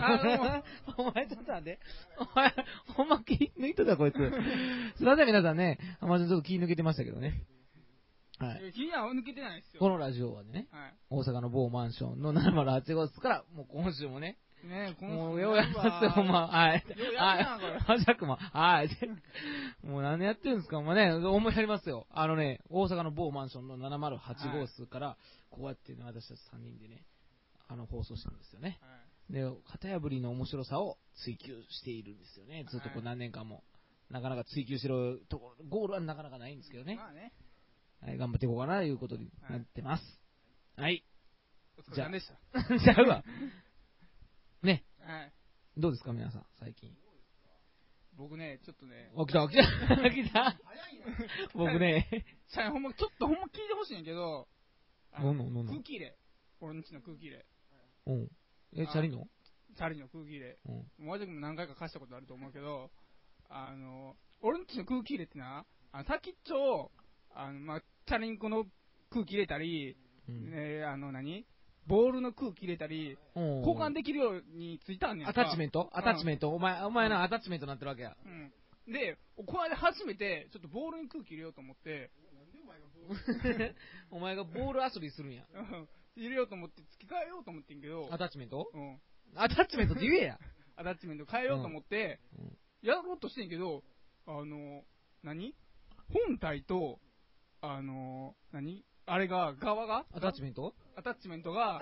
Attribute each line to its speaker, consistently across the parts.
Speaker 1: あのお前ちょっと待って。お前、ほんま気抜いとったこいつ。すいません皆さんね。あまりちょっと気抜けてましたけどね。はい
Speaker 2: や。気は抜けてないです
Speaker 1: こ
Speaker 2: よ。
Speaker 1: のラジオはね、
Speaker 2: は
Speaker 1: 大阪の某マンションの708号室から、もう今週もね、
Speaker 2: い。ねえ、この
Speaker 1: もうようやりますよ、ほんま。はい。
Speaker 2: ようや
Speaker 1: は
Speaker 2: る
Speaker 1: い
Speaker 2: な、これ。。
Speaker 1: はしゃくま。はい。もう何やってるんですか、ほんまね。思いやりますよ。あのね、大阪の某マンションの708号室から、こうやってね、私たち3人でね、あの、放送してるんですよね。
Speaker 2: はい
Speaker 1: で、型破りの面白さを追求しているんですよね。ずっとこ
Speaker 2: は
Speaker 1: う
Speaker 2: い
Speaker 1: 何年間も。なかなか追求しろところ、ゴールはなかなかないんですけどね。
Speaker 2: まあね。
Speaker 1: はい、頑張っていこうかな、ということになってます。はい。
Speaker 2: お疲れ様でした。
Speaker 1: じゃあう わ、
Speaker 2: はい。
Speaker 1: どうですか、皆さん、最近。
Speaker 2: 僕ね、ちょっとね、
Speaker 1: 起きた、起きた、起きた。僕ね、
Speaker 2: さあほんま、ちょっとほんま聞いてほしいんやけど、あ
Speaker 1: どんどんどんど
Speaker 2: 空
Speaker 1: ん。
Speaker 2: 気入れ。俺んちの空気入れ。
Speaker 1: うん。え、チャリの
Speaker 2: チャリの空気入れ。
Speaker 1: うん。
Speaker 2: もうも何回か貸したことあると思うけど、あの、俺んちの空気入れってな、あの先っちょを、あの、まあ、チャリンコの空気入れたり、
Speaker 1: うん
Speaker 2: えーあの何ボールの空気入れたり、
Speaker 1: うん
Speaker 2: 交換できるようについたんねん
Speaker 1: アタッチ
Speaker 2: ン
Speaker 1: メントアタッチメントお前、お前な、アタッチメントになってるわけ や。
Speaker 2: ト。うん。で、これで初めて、ちょっとボールに空気入れようと思って、
Speaker 1: お前がボール遊びするんや。
Speaker 2: うん入れようと思って、付け替えようと思ってんけど、
Speaker 1: アタッチメント
Speaker 2: うん。
Speaker 1: アタッチメントって言えや。
Speaker 2: アタッチメント変えようと思って
Speaker 1: うんうん、
Speaker 2: やろうとしてんけど、あの、何本体と、あの、何あれが、側が、
Speaker 1: アタッチメント
Speaker 2: アタッチメント が、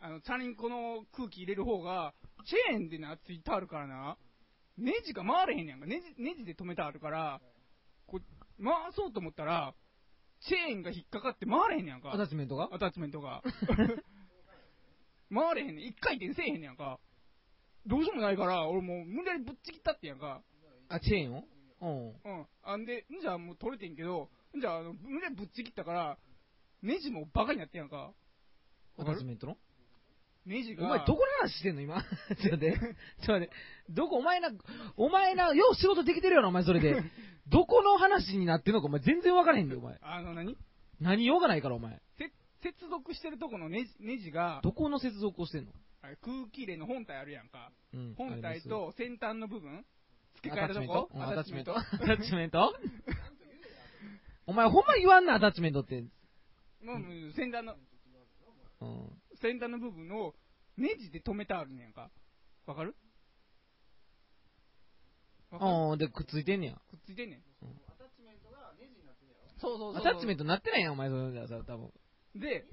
Speaker 2: あの、チャリンコの空気入れる方が、チェーンでな、ついてあるからな、ネジが回れへんやんか。ネジ、ネジで止めてあるから、こう、回そうと思ったら、チェーンが引っかかって回れへんやんか
Speaker 1: ア。タッチメントが
Speaker 2: アタッチメントが。 回れへんねん。一回転せえへんねやんか。どうしようもないから、俺もう無理やりぶっちぎったってやんか。
Speaker 1: あ、チェーンをうん。
Speaker 2: うん。あんで、んじゃあもう取れてんけど、んじゃああの無理やりぶっちぎったから、ネジもバカになってやんか。
Speaker 1: アタッチメントの
Speaker 2: ネジ
Speaker 1: お
Speaker 2: が。
Speaker 1: 前、どこの話してんの今。 ちょっと待って。ちょっと待って。どこ、お前な、お前な、よう仕事できてるよな、お前そ れで。どこの話になってんのか、お前全然わからへんで、お前。
Speaker 2: あの何
Speaker 1: 何用がないから、お前。
Speaker 2: 接続してるとこのネジネジが、
Speaker 1: どこの接続をしてんの
Speaker 2: あれ空気入れの本体あるやんか。
Speaker 1: うん
Speaker 2: 本体、と先端の部分
Speaker 1: あ
Speaker 2: 付
Speaker 1: り
Speaker 2: け
Speaker 1: ます
Speaker 2: 替えるとこ
Speaker 1: アタッチメントアタッチメント お前、ほんま言わんな、アタッチメントって。
Speaker 2: もうもう先端の、
Speaker 1: うん。
Speaker 2: 先端の部分をネジで止めてあるねんやんか。わかるわかる
Speaker 1: ああ、で、くっついてんねや。
Speaker 2: くっついてんねん。
Speaker 1: アタッチメントなってないやん、お前、それじゃあさ、多分。
Speaker 2: で、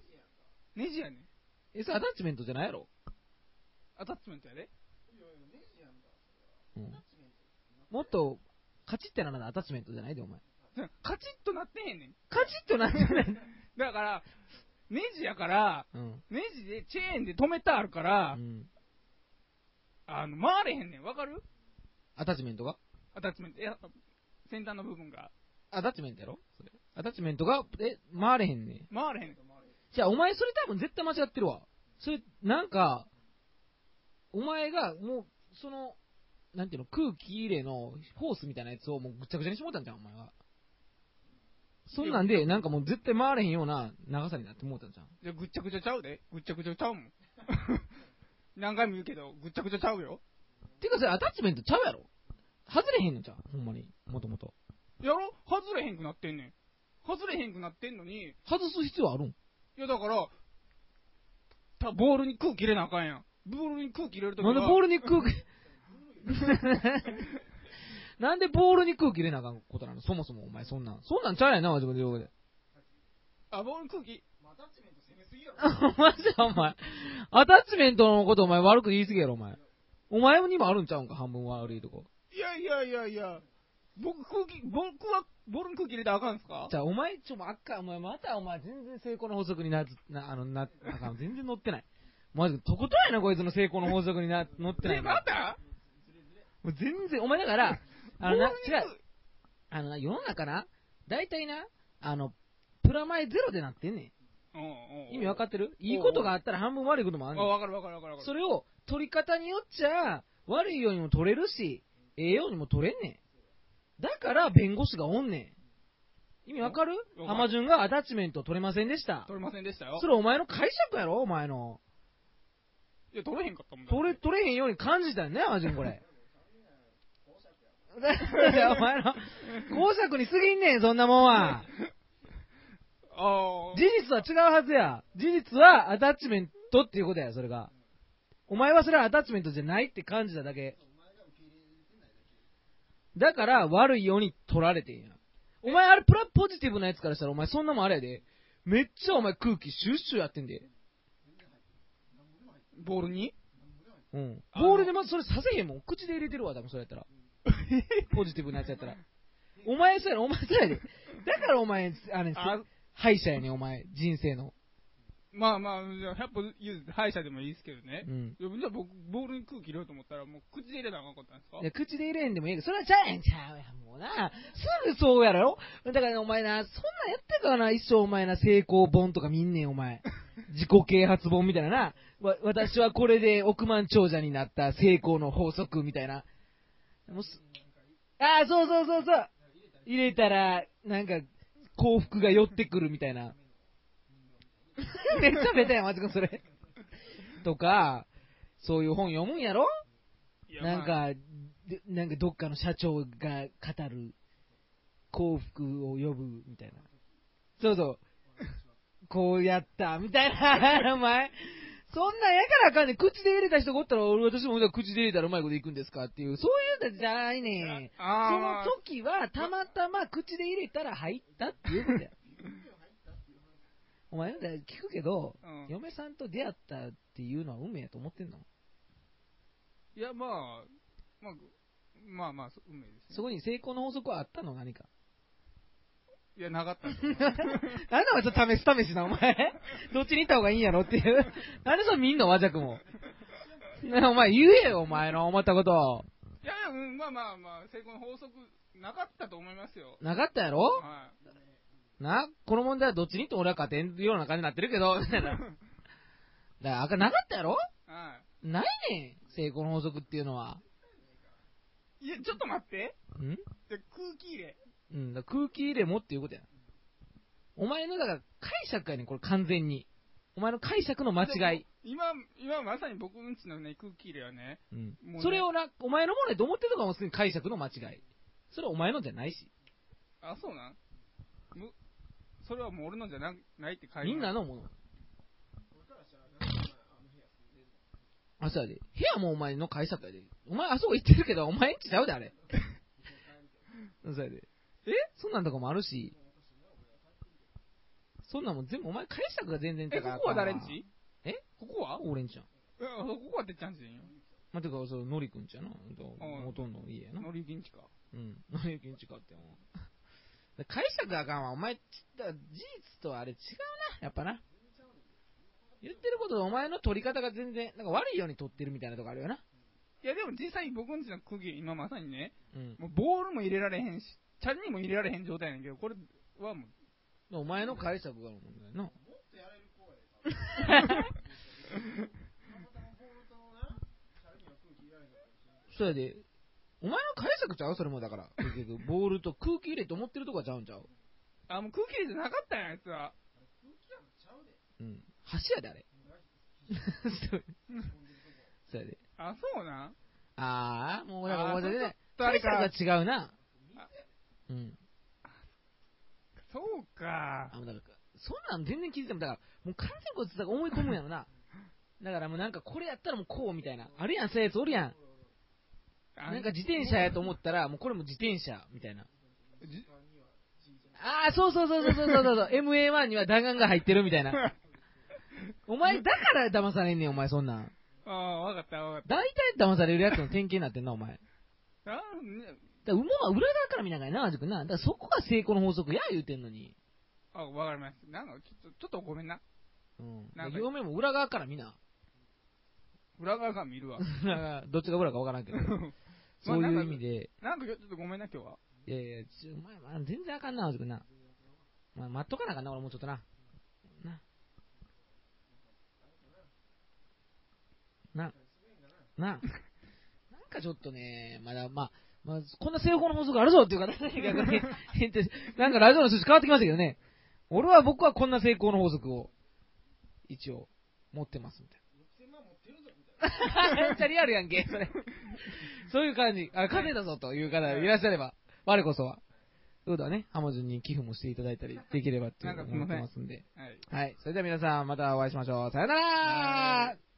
Speaker 2: ネジやねん。
Speaker 1: え、それアタッチメントじゃないやろ
Speaker 2: アタッチメントやで。
Speaker 1: うん。もっと、カチってならないアタッチメントじゃないで、お前。
Speaker 2: カチッとなってへんねん。
Speaker 1: カチッとなってない。
Speaker 2: だから、ネジやから、
Speaker 1: うん。
Speaker 2: ネジでチェーンで止めてあるか
Speaker 1: う
Speaker 2: ら、
Speaker 1: ん。
Speaker 2: あの、回れへんねん。わかる
Speaker 1: アタッチメントが
Speaker 2: アタッチメント。いや、先端の部分が。
Speaker 1: アタッチメントやろそれアタッチメントが、え、回れへんねん。
Speaker 2: 回れへんねん。
Speaker 1: じゃあ、お前それ多分絶対間違ってるわ。それ、なんか、お前がもう、その、なんていうの、空気入れのホースみたいなやつをもうぐちゃぐちゃにしもうたんじゃん、お前は。そんなんで、なんかもう絶対回れへんような長さになってもうたんじゃん。
Speaker 2: じゃあぐっちゃぐちゃちゃうで。ぐっちゃぐちゃちゃうもん。 何回も言うけど、ぐっちゃぐちゃちゃうよ。
Speaker 1: てかそれアタッチメントちゃうやろ外れへんのじゃん、ほんまに。もともと。
Speaker 2: やろ外れへんくなってんねん。外れへんくなってんのに、い
Speaker 1: 外す必要あるん
Speaker 2: やだから、たボールに空気入れなあかんやん。ボールに空気入れるとき
Speaker 1: な
Speaker 2: は、
Speaker 1: んでボールに空気、 なんでボールに空気入れなあかんことなのそもそもお前そんなん。そんなんちゃうやんな、自分で言うことで。
Speaker 2: あ、ボールに空気。
Speaker 1: マジでお前、アタッチメントのことお前悪く言いすぎやろ、お前。お前にもあるんちゃうんか、半分悪いとこ。
Speaker 2: いやいやいやいや、僕空気、僕はボールに空気入れたらあかんすか
Speaker 1: じゃあ、お前、ちょ、あっか、お前、またお前、全然成功の法則にな、な、あの、な、あかん、全然乗ってない。マジで、とことんやな、こいつの成功の法則にな、乗ってない
Speaker 2: え、
Speaker 1: な。
Speaker 2: また
Speaker 1: もう全然、お前だ から、あのな、違
Speaker 2: ボールに
Speaker 1: う、あのな、世の中な、大体な、あの、プラマイゼロでなってんね
Speaker 2: うんうんうん
Speaker 1: ん。意味わかってるいいことがあったら半分悪いこともあんねん
Speaker 2: あ、。わかるわかるわかるわか
Speaker 1: そ
Speaker 2: る。
Speaker 1: れを取り方によっちゃ、悪いようにも取れるし、ええようにも取れんねん。だから弁護士がおんねん。意味わかる
Speaker 2: おわかる
Speaker 1: アマジュンがアタッチメント取れませんでした。
Speaker 2: 取れませんでしたよ
Speaker 1: そ。れお前の解釈やろお前の。
Speaker 2: いや、取れへんかったもんだって
Speaker 1: 取れ、取れへんように感じたよね、マジンこれ。だってお前の、公爵に過ぎんねん、そんなもんは。
Speaker 2: ああ
Speaker 1: 事。実は違うはずや。事実はアタッチメントっていうことや、それが。お前はそれはアタッチメントじゃないって感じただけ。だから悪いように取られてんや。お前あれプラポジティブなやつからしたらお前そんなもんあれやで。めっちゃお前空気シュッシュやってんで。
Speaker 2: ボールに
Speaker 1: うん。
Speaker 2: あの
Speaker 1: ボールでまずそれさせへんもん。口で入れてるわ、多分それやったら。 ポジティブなやつやったら。お前そうやろ、お前そうやで。だからお前、あれ、
Speaker 2: あ
Speaker 1: 歯医者やねん、お前。人生の。
Speaker 2: まあまあ、じゃあ100歩譲って歯医者でもいいですけどね
Speaker 1: う。ん。
Speaker 2: いやじゃあ僕、ボールに空気入れようと思ったら、もう口で入れたらあかんかったんですか
Speaker 1: いや、口で入れんでもいいけど、それはちゃうやんちゃうやん、もうな。すぐそうやろだからねお前な、そんなんやってからな、一生お前な、成功本とか見んねん、お 前。自己啓発本みたいなな。わ、私はこれで億万長者になった成功の法則みたいな。もうすああ、そうそうそうそう。入れたら、なんか、幸福が寄ってくるみたい な。めっちゃベタやん、マジか、それ。とか、そういう本読むんやろ
Speaker 2: いや
Speaker 1: なん、
Speaker 2: ま
Speaker 1: か、
Speaker 2: あ
Speaker 1: でなんかどっかの社長が語る幸福を呼ぶみたいな。そう そう。こうやった、みたいな、お前。そんなんやからあかんねん。口で入れた人がおったら、俺私も口で入れたらうまいこといくんですかっていう、そういうんじゃないねん。そ
Speaker 2: あーま
Speaker 1: の
Speaker 2: あ、
Speaker 1: 時は、たまたま口で入れたら入ったっていうことや。お前なんか聞くけど、
Speaker 2: うん
Speaker 1: 嫁さんと出会ったっていうのは運命やと思ってんの
Speaker 2: いや、まあ、まあ、まあまあ、そ運命ですね。
Speaker 1: そこに成功の法則はあったの何か
Speaker 2: いや、な かったです。
Speaker 1: なんだお前ちょっと試し試しな、お前。どっちに行った方がいいんやろっていう。なんでそれ見んの、和尺も。なお前言えよ、お前の思ったこと。
Speaker 2: いやいや、うん、まあまあまあ、成功の法則、なかったと思いますよ。
Speaker 1: なかったやろ
Speaker 2: は
Speaker 1: な、この問題はどっちに行っても俺は勝てんような感じになってるけど、みたいな。だから、あかんなかったやろ
Speaker 2: い。は
Speaker 1: ないねん、成功の法則っていうのは。
Speaker 2: い。いや、ちょっと待って。
Speaker 1: ん
Speaker 2: いや空気入れ。
Speaker 1: うん、だから空気入れもっていうことや。お前の、だから解釈やねん、これ完全に。お前の解釈の間違い。
Speaker 2: 今、今まさに僕んちのね、空気入れはね、
Speaker 1: うん
Speaker 2: もうね
Speaker 1: それをな、お前のものやと思ってるのかもすでに解釈の間違い。それはお前のじゃないし。
Speaker 2: あ、そうなんむそれはもう俺のじゃなないって書いて
Speaker 1: みんなのもの。あ、そうやで。部屋もお前の解釈やで。お前あそこ行ってるけど、お前んちちゃうで、あれ。 そうやで。えそんなんとかもあるし。そんなんもん全部お前解釈が全然
Speaker 2: え、
Speaker 1: 違うか
Speaker 2: こ
Speaker 1: ら
Speaker 2: こは誰んち
Speaker 1: え
Speaker 2: ここは
Speaker 1: 俺んちゃん。
Speaker 2: えあここはてっちゃんちんよ。
Speaker 1: まあ、てか、そう、のりくんちゃな。ほんと
Speaker 2: うん
Speaker 1: ほとんど家やな。
Speaker 2: のりぎんちか。
Speaker 1: うん。 何やけんちかって思う。 解釈があかんわ。お前、ちだから事実とはあれ違うな。やっぱな。言ってることとお前の取り方が全然、なんか悪いように取ってるみたいなとこあるよな。
Speaker 2: いや、でも実際僕んちの空気、今まさにね、
Speaker 1: うん。
Speaker 2: もうボールも入れられへんし、チャリにも入れられへん状態やねんけど、これはもう、
Speaker 1: お前の解釈があるもんだよな。 そうやで。お前の解釈ちゃうそれもだから。結局、ボールと空気入れと思ってるとこはちゃうんちゃう
Speaker 2: あ、もう空気入れじゃなかったんや、あいつは。
Speaker 1: うん。橋やで、あれ。 そうそうやで。
Speaker 2: あ、そうなん
Speaker 1: あー、もうだから、
Speaker 2: あー
Speaker 1: もうだね。
Speaker 2: あれ
Speaker 1: 解釈
Speaker 2: か。
Speaker 1: が違うな
Speaker 2: あ。
Speaker 1: うん。
Speaker 2: そうか。
Speaker 1: あ、もうだから、そんなん全然気づいても、だから、もう完全にこいつだから思い込むんやろな。だからもうなんかこれやったらもうこうみたいな。あるやん、そういうやつおるやん。
Speaker 2: あ
Speaker 1: なんか自転車やと思ったら、もうこれも自転車みたいな。
Speaker 2: じ
Speaker 1: ああ、そうそうそうそうそうそうそうそう。MA1 には弾丸が入ってるみたいな。お前、だから騙されんねん、お前そんなん。
Speaker 2: ああ、わかったわかっ
Speaker 1: 大体騙されるやつの典型になってんな、お前。だか
Speaker 2: た。あーね
Speaker 1: ら、もは裏側から見ながらな、マジ君な。だからそこが成功の法則や、言うてんのに。
Speaker 2: あ、わかりました。なんか、ちょっと、ちょっとごめんな。
Speaker 1: うん。
Speaker 2: なんか
Speaker 1: 嫁も裏側から見な。
Speaker 2: 裏側から見るわ。
Speaker 1: どっちが裏かわからん けど。そういう意味で。
Speaker 2: なんか、ちょっとごめんな、今日は。
Speaker 1: いやいや、ちょお前、まあ、全然あかんな、自分な。まあ、待っとかなあかんな、俺もうちょっとな。な。な。な。なんかちょっとね、まだ、まあ、まあ、こんな成功の法則あるぞっていう方がね逆に変って、 なんかラジオの趣旨変わってきましたけどね。俺は僕はこんな成功の法則を、一応、持ってますみたい めっちゃリアルやんけ、それ。そういう感じ。あ、稼いだぞという方がいらっしゃれば、我こそは。そうだね、ハモジュンに寄付もしていただいたりできればっていうのを思ってますんで。
Speaker 2: はい。
Speaker 1: はい。それでは皆さん、またお会いしましょう。さよなら
Speaker 2: はい